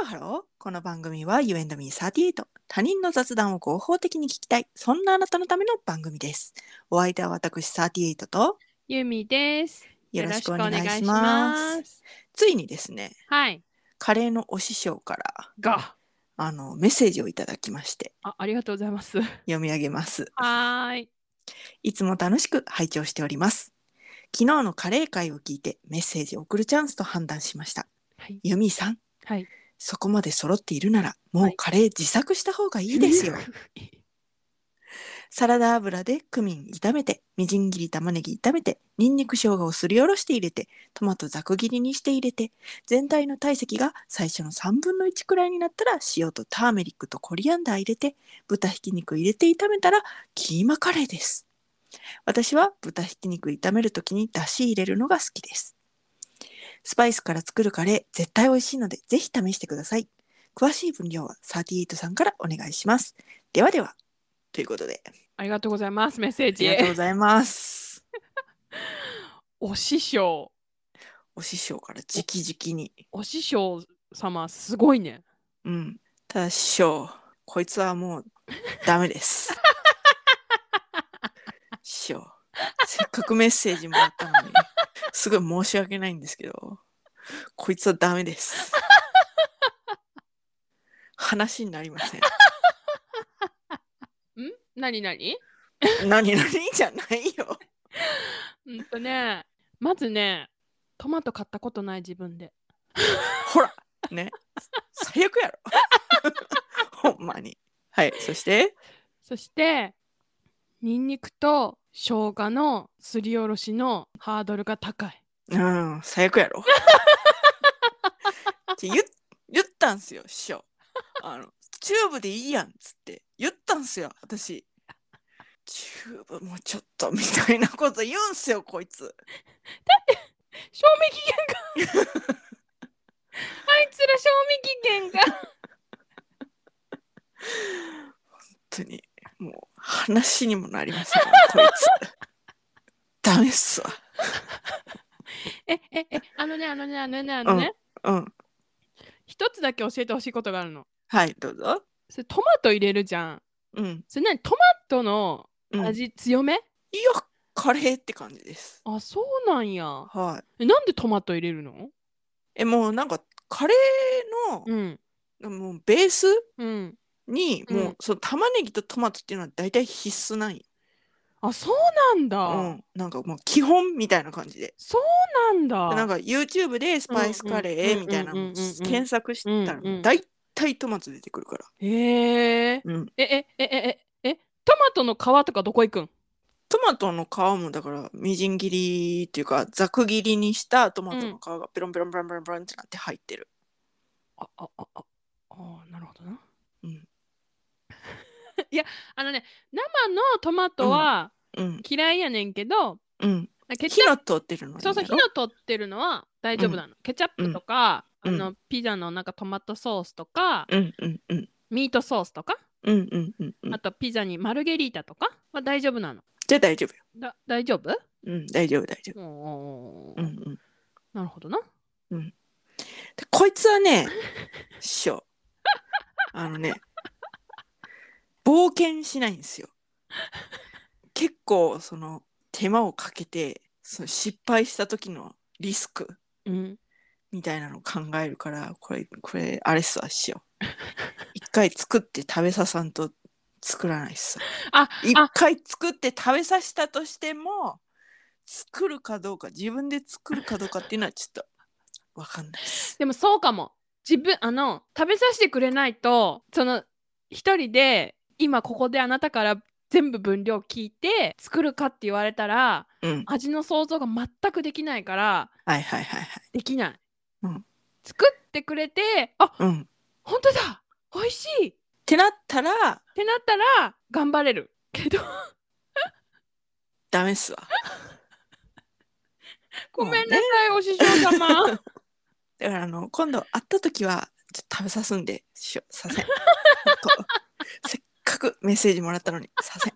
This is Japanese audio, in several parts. ロハロー。この番組は You and me38。他人の雑談を合法的に聞きたい。そんなあなたのための番組です。お相手は私38とゆみです。よろしくお願いします。す。ついにですね、はい。カレーのお師匠からが、あのメッセージをいただきましてあ、ありがとうございます。は読み上げます。ーい。いつも楽しく拝聴しております。昨日のカレー会を聞いてメッセージを送るチャンスと判断しました。はい。ユミさん、はい。そこまで揃っているならもうカレー自作した方がいいですよ。サラダ油でクミン炒めて、みじん切り玉ねぎ炒めて、にんにく生姜をすりおろして入れて、トマトざく切りにして入れて、全体の体積が最初の3分の1くらいになったら塩とターメリックとコリアンダー入れて、豚ひき肉入れて炒めたらキーマカレーです。私は豚ひき肉炒めるときに出汁入れるのが好きです。スパイスから作るカレー絶対美味しいのでぜひ試してください。詳しい分量は38さんからお願いします。ではでは。ということで。 ありがとうございます。メッセーありがとうごジ。ざいます。お師匠、お師匠から直々に。お師匠様、すごいね。うん。ただ師匠、こいつはもうダメです。師匠、せっかくメッセージもらったのに、すごい申し訳ないんですけど、こいつはダメです。話になりません。ん何何何々じゃないよ。うんとね、まずね、トマト買ったことない自分で。ほら、ね。最悪やろ。 ほんまに。はい、そして、そして、ニンニクと生姜のすりおろしのハードルが高い。うん、最悪や ろ。って言っ言ったんすよ、師匠。あの、チューブでいいやんっつって言ったんすよ、私。チューブもちょっとみたいなこと言うんすよ、こいつ。 賞味期限があいつら賞味期限が本当に、もう話にもなりません、こいつ。 ダメっすわ。 えええあのねあのねあのねあのねうん。一、つだけ教えてほしいことがあるのはい、どうぞ。それトマト入れるじゃんうん。それ何トマトのうん、いや、味強め、カレーって感じです。あそうなんやはい。えなんでトマト入れるのえ、もうなんか、カレーうんの、もうベースうんに、うんもうその玉ねぎとトマトっていうのは大体必須なんよ、あそうなんだ、うん、なんかもう基本みたいな感じでそうなんだでなんか YouTube でスパイスカレーみたいなうんうのんうんうんうん検索したらうんうん大体トマト出てくるから、へえうん、ええええええトマトの皮とかどこ行くんトマトの皮もだからみじん切りっていうかざく切りにしたトマトの皮がペロンペロンペロンペロンペロンってなって入ってる、あああああーなるほどな。うん、 いやあのね生のトマトはうん嫌いやねんけど、うんケチ火ャッの通ってるのプにそうそう火やのろ取ってるのは大丈夫なの、ケチャップとか、うんあのピザのなんかトマトソースとか、うんうんうんミートソースとか、うんうんうんうんあとピザにマルゲリータとかは大丈夫なのじゃあ大丈夫よだ大丈夫うん大丈夫大丈おー夫うんうんなるほどなでこいつは ね師匠あのね冒険しないんですよ結構その手間をかけてその失敗した時のリスクうんみたいなのを考えるからこれこれあれっすわ師匠一回作って食べささんと作らないっすわあ一あ回作って食べさせたとしても作るかどうか自分で作るかどうかっていうのはちょっと分かんないっすでもそうかも自分あの食べさせてくれないとその一人で今ここであなたから全部分量聞いて作るかって言われたらうん味の想像が全くできないからはいはいはいはいできない、うん作ってくれてあうん本当だ美味しいっってなったらてなったら頑張れるけどダメっ すわ。ごめんなさい、お師匠様だからあの今度会った時はちょっと食べさすんでしょさ せん。ほんとせっかくメッセージもらったのにさせん。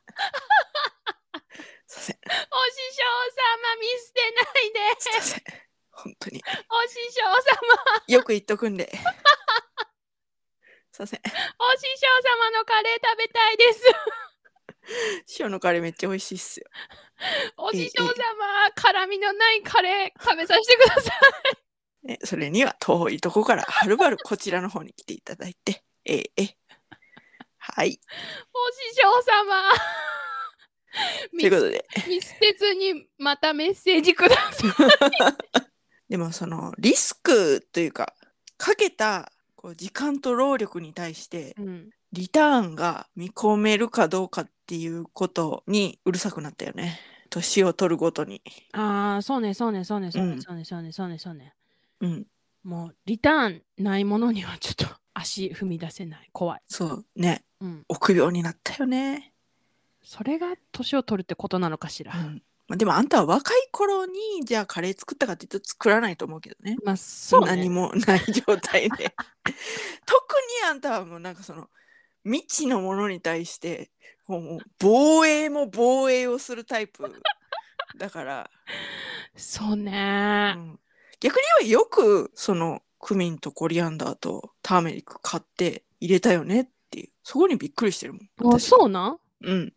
させん。お師匠様見捨てないでさせん。本当にお師匠様 よく言っとくんで。すいません。お師匠様のカレー食べたいです。塩のカレーめっちゃ美味しいっすよ。お師匠様、辛みのないカレー食べさせてください。ね、それには遠いとこからはるばるこちらの方に来ていただいて、ええええはい。お師匠 様。ということで、見捨てずにまたメッセージください。でもそのリスクというか、かけたこう時間と労力に対して、うん、リターンが見込めるかどうかっていうことにうるさくなったよね。年を取るごとに。ああ、そうね、そうね、そうね、そううね、んそうね、そうね、そうね、そうね。うん。もうリターンないものにはちょっと足踏み出せない、怖い。そうね。うん、臆病になったよね。それが年を取るってことなのかしら。うんまあ、でもあんたは若い頃にじゃあカレー作ったかって言うと作らないと思うけどね。まあ、そう何ね。もない状態で。 特にあんたはもうなんかその未知のものに対してもうもう防衛も防衛をするタイプだ から、そううね。ん逆に言えばよくそのクミンとコリアンダーとターメリック買って入れたよねっていうそこにびっくりしてるもん。あ、私そうなんうん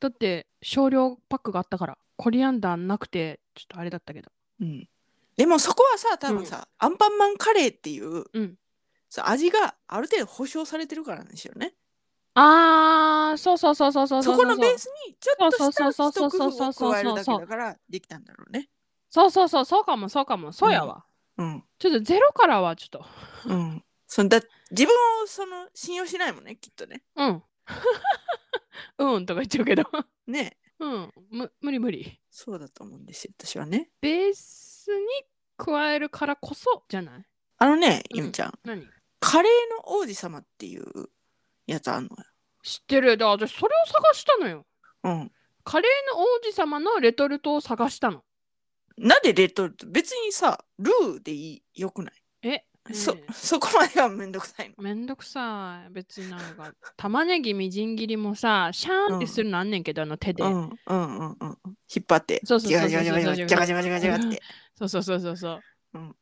だって少量パックがあったからコリアンダーなくてちょっとあれだったけどうん、でもそこはさ多分さ、アンパンマンカレーっていう、うんそう味がある程度保証されてるからなんですよね。あーそうそうそうそうそうそこのベースにちょっとしたそうそう一そう工夫そうをそうそう加えるだけだからできたんだろうね。そうそうそうそうかもそうかもそうやわ、うんちょっとゼロからはちょっとうん、そんだ自分をその信用しないもんねきっとね。うん うんとか言っちゃうけど ねうんむ無理無理そうだと思うんですよ私はね。ベースに加えるからこそじゃないあのねうんゆみちゃん、何知カレーの王子様っていうやつあんのよ。ってるだ私それを探したのようんカレーの王子様のレトルトを探したのなんでレトルト別にさルーでいいよくない、えそねそこまではめんどくさいの。めんどくさい別になんか玉ねぎみじん切りもさシャーンってするのあんねんけど、あの手で、うんうんうんうんうん引っ張ってそうそうジャそうそうガジャガジャガジャガジャガジャガジャガジャガってそうそうそうそうそう、うん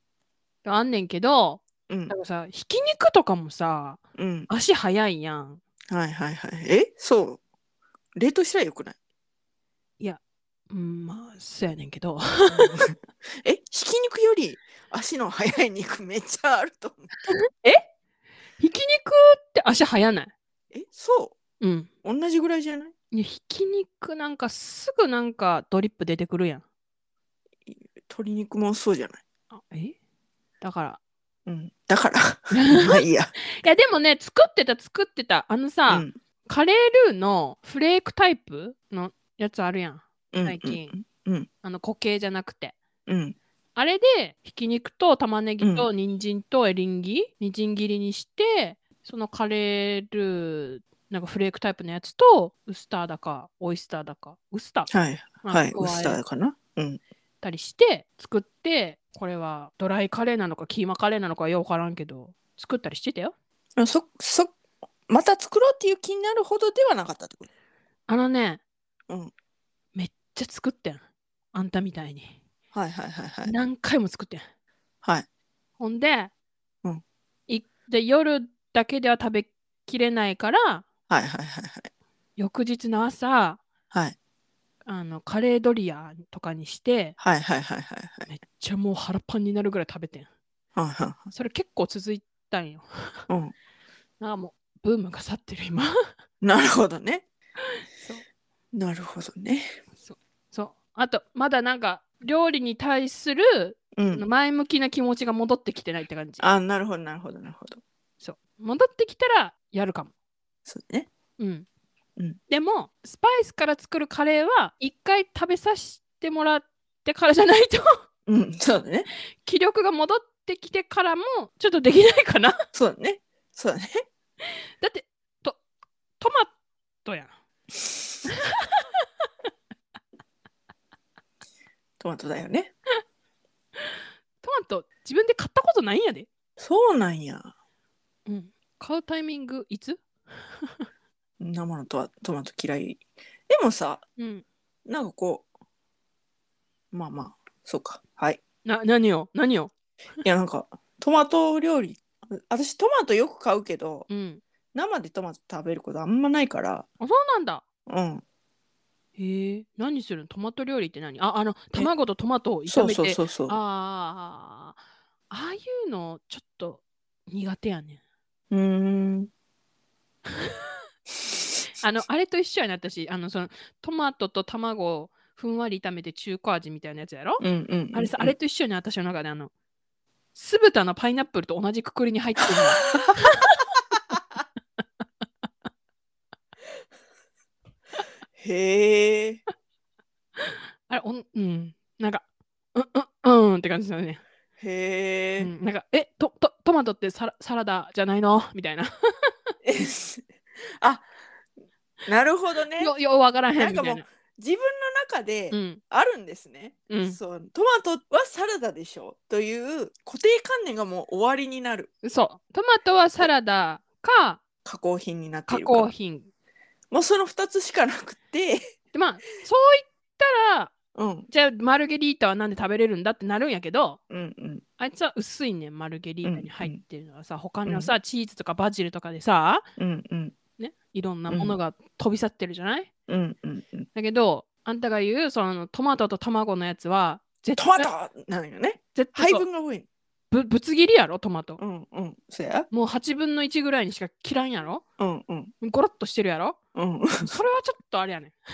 あんねんけどうんなんかさひき肉とかもさうん足早いやんはいはいはいえそう冷凍したらよく ないうんまあそうやねんけど えひき肉より足の速い肉めっちゃあると思うひき肉って足早ないえそうんう同じぐらいじゃないいやひき肉なんかすぐなんかドリップ出てくるやん鶏肉もそうじゃないあえだから うんだからまあいいやいやでもね作ってた作ってたあのさ、うんカレールーのフレークタイプのやつあるやんうん最近うんあの固形じゃなくて。うんあれでひき肉と玉ねぎと人参とエリンギ、みじん切りにしてそのカレールーなんかフレークタイプのやつとウスターだかオイスターだかウスターはいはいなんウかスタ加えーかなうんたりして作ってこれはドライカレーなのかキーマカレーなのかようわからんけど作ったりしてたよ。あそそまた作ろうっていう気になるほどではなかったってことあのね、うんめっちゃ作ってんあんたみたいに、はいはいはいはい何回も作ってん。はいほんで,、うんいで夜だけでは食べきれないからはいはいはいはい翌日の朝はいあのカレードリアとかにしてはいはいはいはいはいめっちゃもう腹パンになるぐらい食べてんはいはそれ結構続いたんよいはいうんなんかもうブームが去ってる今 なるほどね。そうなるほどね。そうあとまだなんか料理に対するうん。前向きな気持ちが戻ってきてないって感じあ、なるほど、なるほど、なるほど。そう戻ってきたらやるかもそうね。うん、うんでもスパイスから作るカレーは一回食べさせてもらってからじゃないと うん、 そうだね。気力が戻ってきてからもちょっとできないかなだそうだね。そうだね。ってとトマトやんトマトだよね。トマト自分で買ったことないんやで、そうなんや。うん、買うタイミングいつ、生のとはトマト嫌い。でもさ、うん、なんかこう、まあまあ、そうか。はい。な何を何をいや、なんか、トマト料理、私トマトよく買うけどうん。生でトマト食べることあんまないからあ、そうなんだ。うんへえ。何するのトマト料理って何あ、あの、卵とトマトを炒そめうて。そうそうそうああ。ああいうの、ちょっと苦手やねん。うーんあの、あれと一緒やね、私。あの、その、トマトと卵をふんわり炒めて中華味みたいなやつやろ、うんうんうんうんあれさ、あれと一緒に私の中であの、酢豚のパイナップルと同じくくりに入ってる の。へえあれ、おん、うん。なんか、うん、うん、うんって感じだね。へえ、うん、なんか、え、と、と、トマトってサラサラダじゃないのみたいな。 あなるほどねよ、よ、わからへんみたいな。なんか自分の中でうん、あるんですね、うん。そうトマトはサラダでしょという固定観念がもう終わりになるそう。トマトはサラダか加工品になってい加る工か品。もうその2つしかなくてで、まあ、そういったら、うんじゃあマルゲリータはなんで食べれるんだってなるんやけど、うんうんあいつは薄いねんマルゲリータに入ってるのはさ、他うのんさ、チーズとかバジルとかでさ、うんうんね、いろんなものが飛び去ってるじゃない、うんうんうんだけど、あんたが言うそのトマトと卵のやつは、絶ト対マトなのよね絶対配そう分が多いぶぶつ切りやろトマト。うんうんそやもう8分の1ぐらいにしか切らんやろうんうんゴロッとしてるやろうんそれはちょっとあれやねん。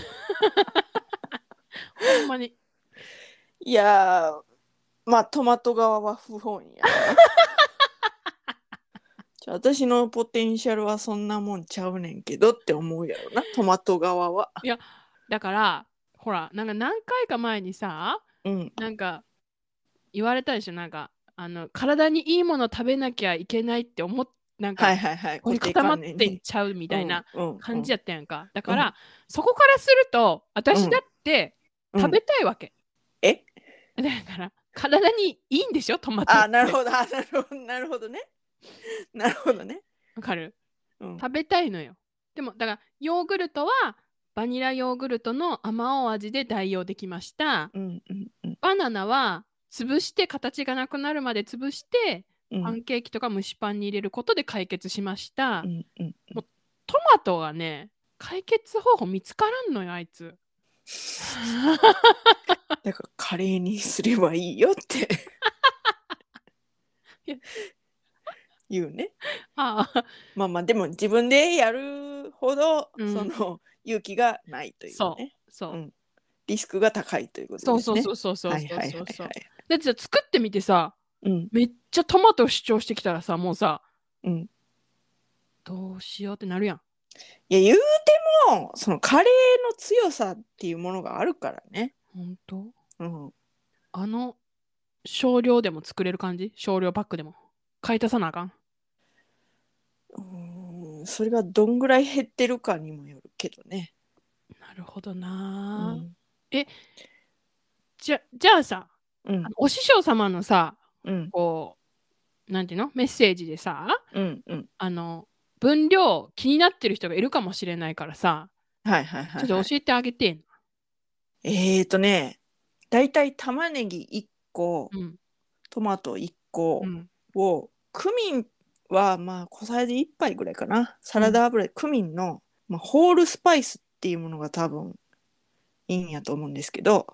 ほんまに。いやーまあトマト側は不本 意やなちょ私のポテンシャルはそんなもんちゃうねんけどって思うやろなトマト側はだから、ほら、なんか何回か前にさ、うんなんか言われたでしょ、なんか、あの、体にいいもの食べなきゃいけないって思っなんか、はいはいはいこれ固定固まっ観て念っにちゃうみたいな感じややったやんか。だから、そこからすると、私だって食べたいわけ。えだから、体にいいんでしょ、トマトって。あなるほどあなるほどなるほどねなるほどねわかるうん食べたいのよでもだからヨーグルトはバニラヨーグルトのあまおう味で代用できましたうんうんうんバナナは潰して形がなくなるまで潰してうんパンケーキとか蒸しパンに入れることで解決しました、うんうんトマトはね解決方法見つからんのよあいつだからカレーにすればいいよって いや言うねああまあまあでも自分でやるほど、うんその勇気がないというそねそう、うんリスクが高いということそでうすそうね。そうそうそうそうはいはいはいそうはそうい。だってさ作ってみてさうんめっちゃトマト主張してきたらさもうさうん。どうしようってなるやんいや言うてもそのカレーの強さっていうものがあるからね。本当うん。あの少量でも作れる感じ少量パックでも買い足さなあかんうーんそれがどんぐらい減ってるかにもよるけどね。なるほどうなあ、ん。じゃじゃあさうんあのお師匠様のさうんこうなんていうのメッセージでさうんうん。あの分量気になってる人がいるかもしれないからさはいはいはい、はい。ちょっと教えてあげて、えーとね、だいたい玉ねぎ1個、うんトマト1個うんを、クミンはまあ小さじ1杯ぐらいかな。サラダ油でクミンの、まあ、ホールスパイスっていうものが多分いいんやと思うんですけど、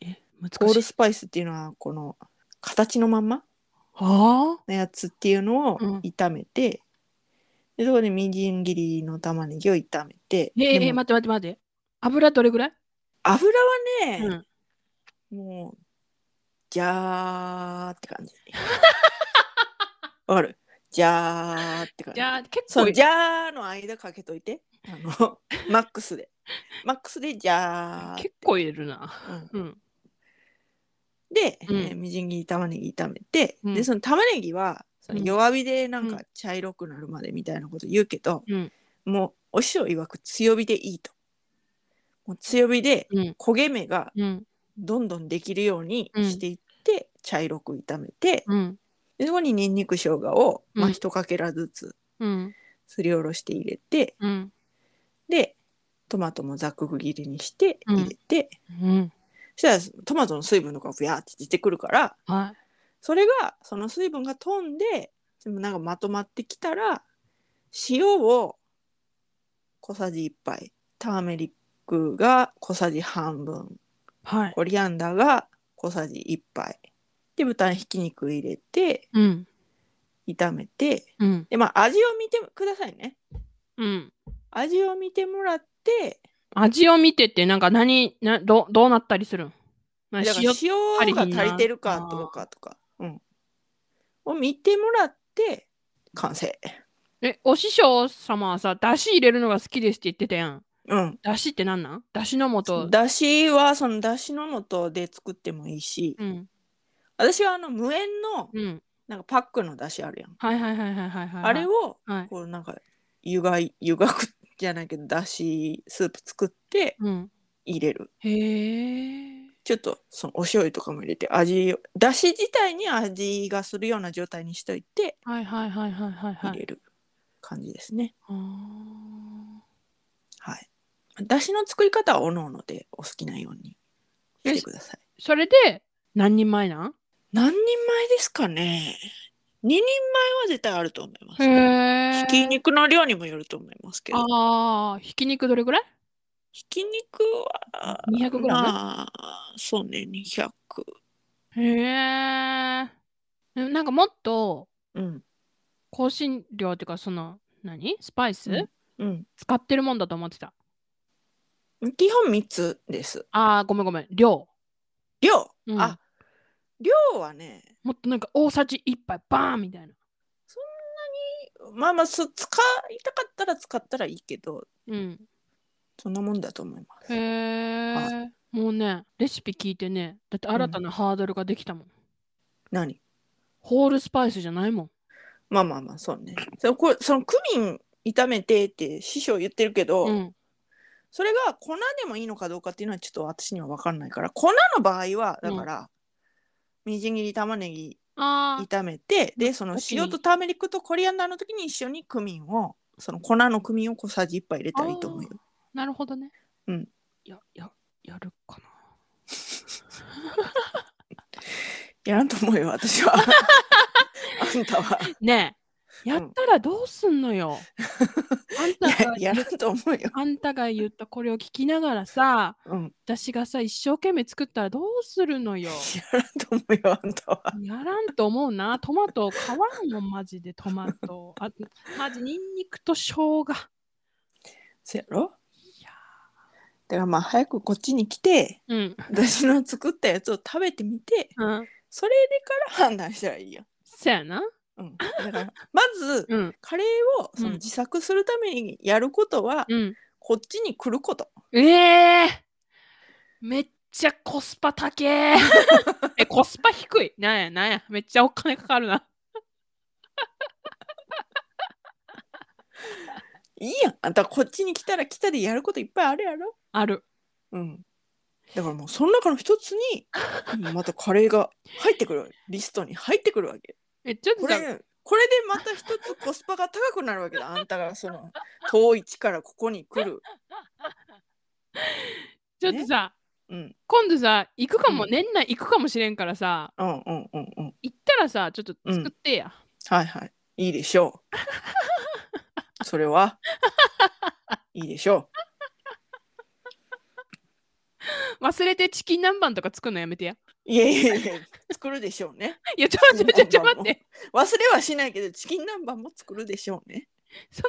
えホ難ーしルいスパイスっていうのはこの形のまんまはあのやつっていうのをうん炒めて、でそこでみじん切りの玉ねぎを炒めて、ええでえも待って待って待って油どれぐらい、油はうね、ん、もう、じゃーって感じ。わかるじゃーって感じ。じゃあ結そ構のじゃーの間かけといて、あ の、マックスで。マックスでじゃーって結構入れるなうんうんで、うんえーみじん切り玉ねぎ炒めて、うんで、その玉ねぎは、そのうん弱火でなんうか茶色くなるまでみたいなこと言うけど、うんもうお師匠曰く強火でいいと。もう強火でうん焦げ目がうんどんどんできるようにしていって、茶色く炒めて、うんでそこにニンニク生姜を、まうあ、ん一かけらずつうんすりおろして入れて、うんでトマトもざく切りにしてうん入れて、うんそしたらトマトの水分とかがふやーって出てくるからはそれがその水分が飛んででもなんかまとまってきたら塩を小さじ1杯ターメリックが小さじ半分はい。コリアンダーが小さじ1杯で豚ひき肉入れてうん。炒めてうん。でまあ味を見てくださいねうん。味を見てもらって味を見てて、なんか何、などどうなったりするんまあだから塩塩が足りてるかどうかとか、うん、を見てもらって完成え、お師匠様はさ、だし入れるのが好きですって言ってたやん。うんだしってなんなんだしの素。だしはそのだしの素で作ってもいいし、うん。私はあの無塩のうん。なんかパックのだしあるやん、はいはいはいはいはい、はい。あれをはい。こうなんか湯がい湯がくじゃないけどだしスープ作ってうん。入れるへえ。ちょっとそのお醤油とかも入れて味をだし自体に味がするような状態にしといてはいはいはいはいはいは入い。れる感じですねあーはい。だしの作り方はおのおのでお好きなようにしてください。それで何人前なん何人前ですかね ?2 人前は絶対あると思います。へひき肉の量にもよると思いますけど。ああ、ひき肉どれぐらいひき肉は、 200グラムまあ、そうね、200。へえ。でもなんかもっとうん。香辛料っていうかその何スパイス、うんうん。使ってるもんだと思ってた。基本3つです。ああごめんごめん量。量、うんあ、量はね、もっとなんか大さじ1杯バーンみたいな。まあまあ、そ使いたかったら使ったらいいけど、うん、そんなもんだと思います。へえ。もうねレシピ聞いてねだって新たなハードルができたもん。何ホールスパイスじゃないもん。まあまあまあそうね。そのこれそのクミン炒めてって師匠言ってるけど、うん、それが粉でもいいのかどうかっていうのはちょっと私には分かんないから粉の場合はだから、みじん切り玉ねぎああ炒めてでその時に塩とターメリックとコリアンダーの時に一緒にクミンをその粉のクミンを小さじ1杯入れたらいいと思うよ。なるほどね。うん。やややるかな。やらんと思うよ私 は。あんたは。ねえやったらどうすんのよ。あんた がいややらんと思うよ。あんたが言ったこれを聞きながらさうん。私がさ一生懸命作ったらどうするのよ。やらんと思うよあんたは。やらんと思うなトマト買わんもんマジでトマト。あマジニンニクと生姜。いせやろやだからまあ早くこっちに来て。うん、私の作ったやつを食べてみてうん、それでから判断したらいいよ。そやな。うん、だからまずうんカレーをそのうん自作するためにやることは、うん。こっちに来ること。ええめっちゃコスパ高 え。えコスパ低い。なんやなんやめっちゃお金かかるな。いいやんあんたこっちに来たら来たでやることいっぱいあるやろ。ある。うん、だからもうその中の一つにまたカレーが入ってくるわけリストに入ってくるわけ。えちょっことされこれでまた一つコスパが高くなるわけだあんたがその遠い地からここに来る。ちょっとさ、うん今度さ行くかも、うん年内行くかもしれんからさうんうんうんうん。行ったらさちょっと作ってや、はいはい。いいでしょう。それは。いいでしょ忘れてチキン南蛮とか作るのやめてやう。いやいやいや、作るでしょうね。いやちょちょちょちょ待って忘れはしないけど、チキン南蛮も作るでしょうね。そん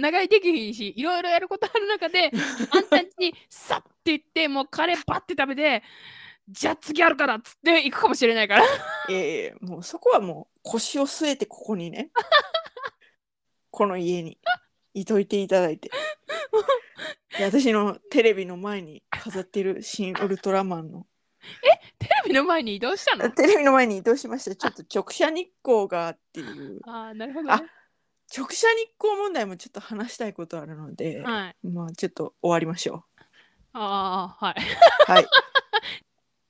な長いできひんしいろいろやることある中であんたんちにさって言ってもうカレーバッて食べてじゃあ次あるからっつって行くかもしれないから いやいや、もうそこはもう腰を据えてここにね。この家に。いといていただいて。で私のテレビの前に飾ってる新ウルトラマンの。テレビの前に移動 したのテレビの前に移動しました。ちょっと直射日光がっていう。あーなるほど、あね、直射日光問題もちょっと話したいことあるので、はいまあちょっと終わりましょああはいう。はい。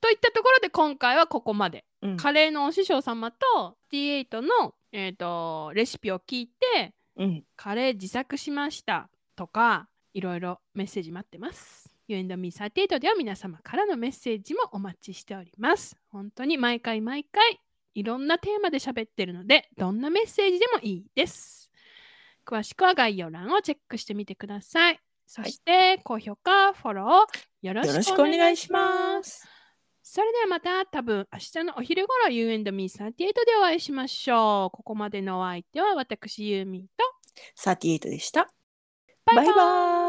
といったところで今回はここまで うんカレーのお師匠様と8の、えー、とレシピを聞いてうん、カレー自作しましたとかいろいろメッセージ待ってます。You and me38 では皆様からのメッセージもお待ちしております。本当に毎回毎回いろんなテーマで喋ってるので、どんなメッセージでもいいです。詳しくは概要欄をチェックしてみてください。そして、高評価、フォローよろよろししくくおお願願いいししま。ますす。それではまた多分明日のお昼頃 You and me38 でお会いしましょう。ここまでのお相手は私ユーミンと38でした。バイバイバイバイ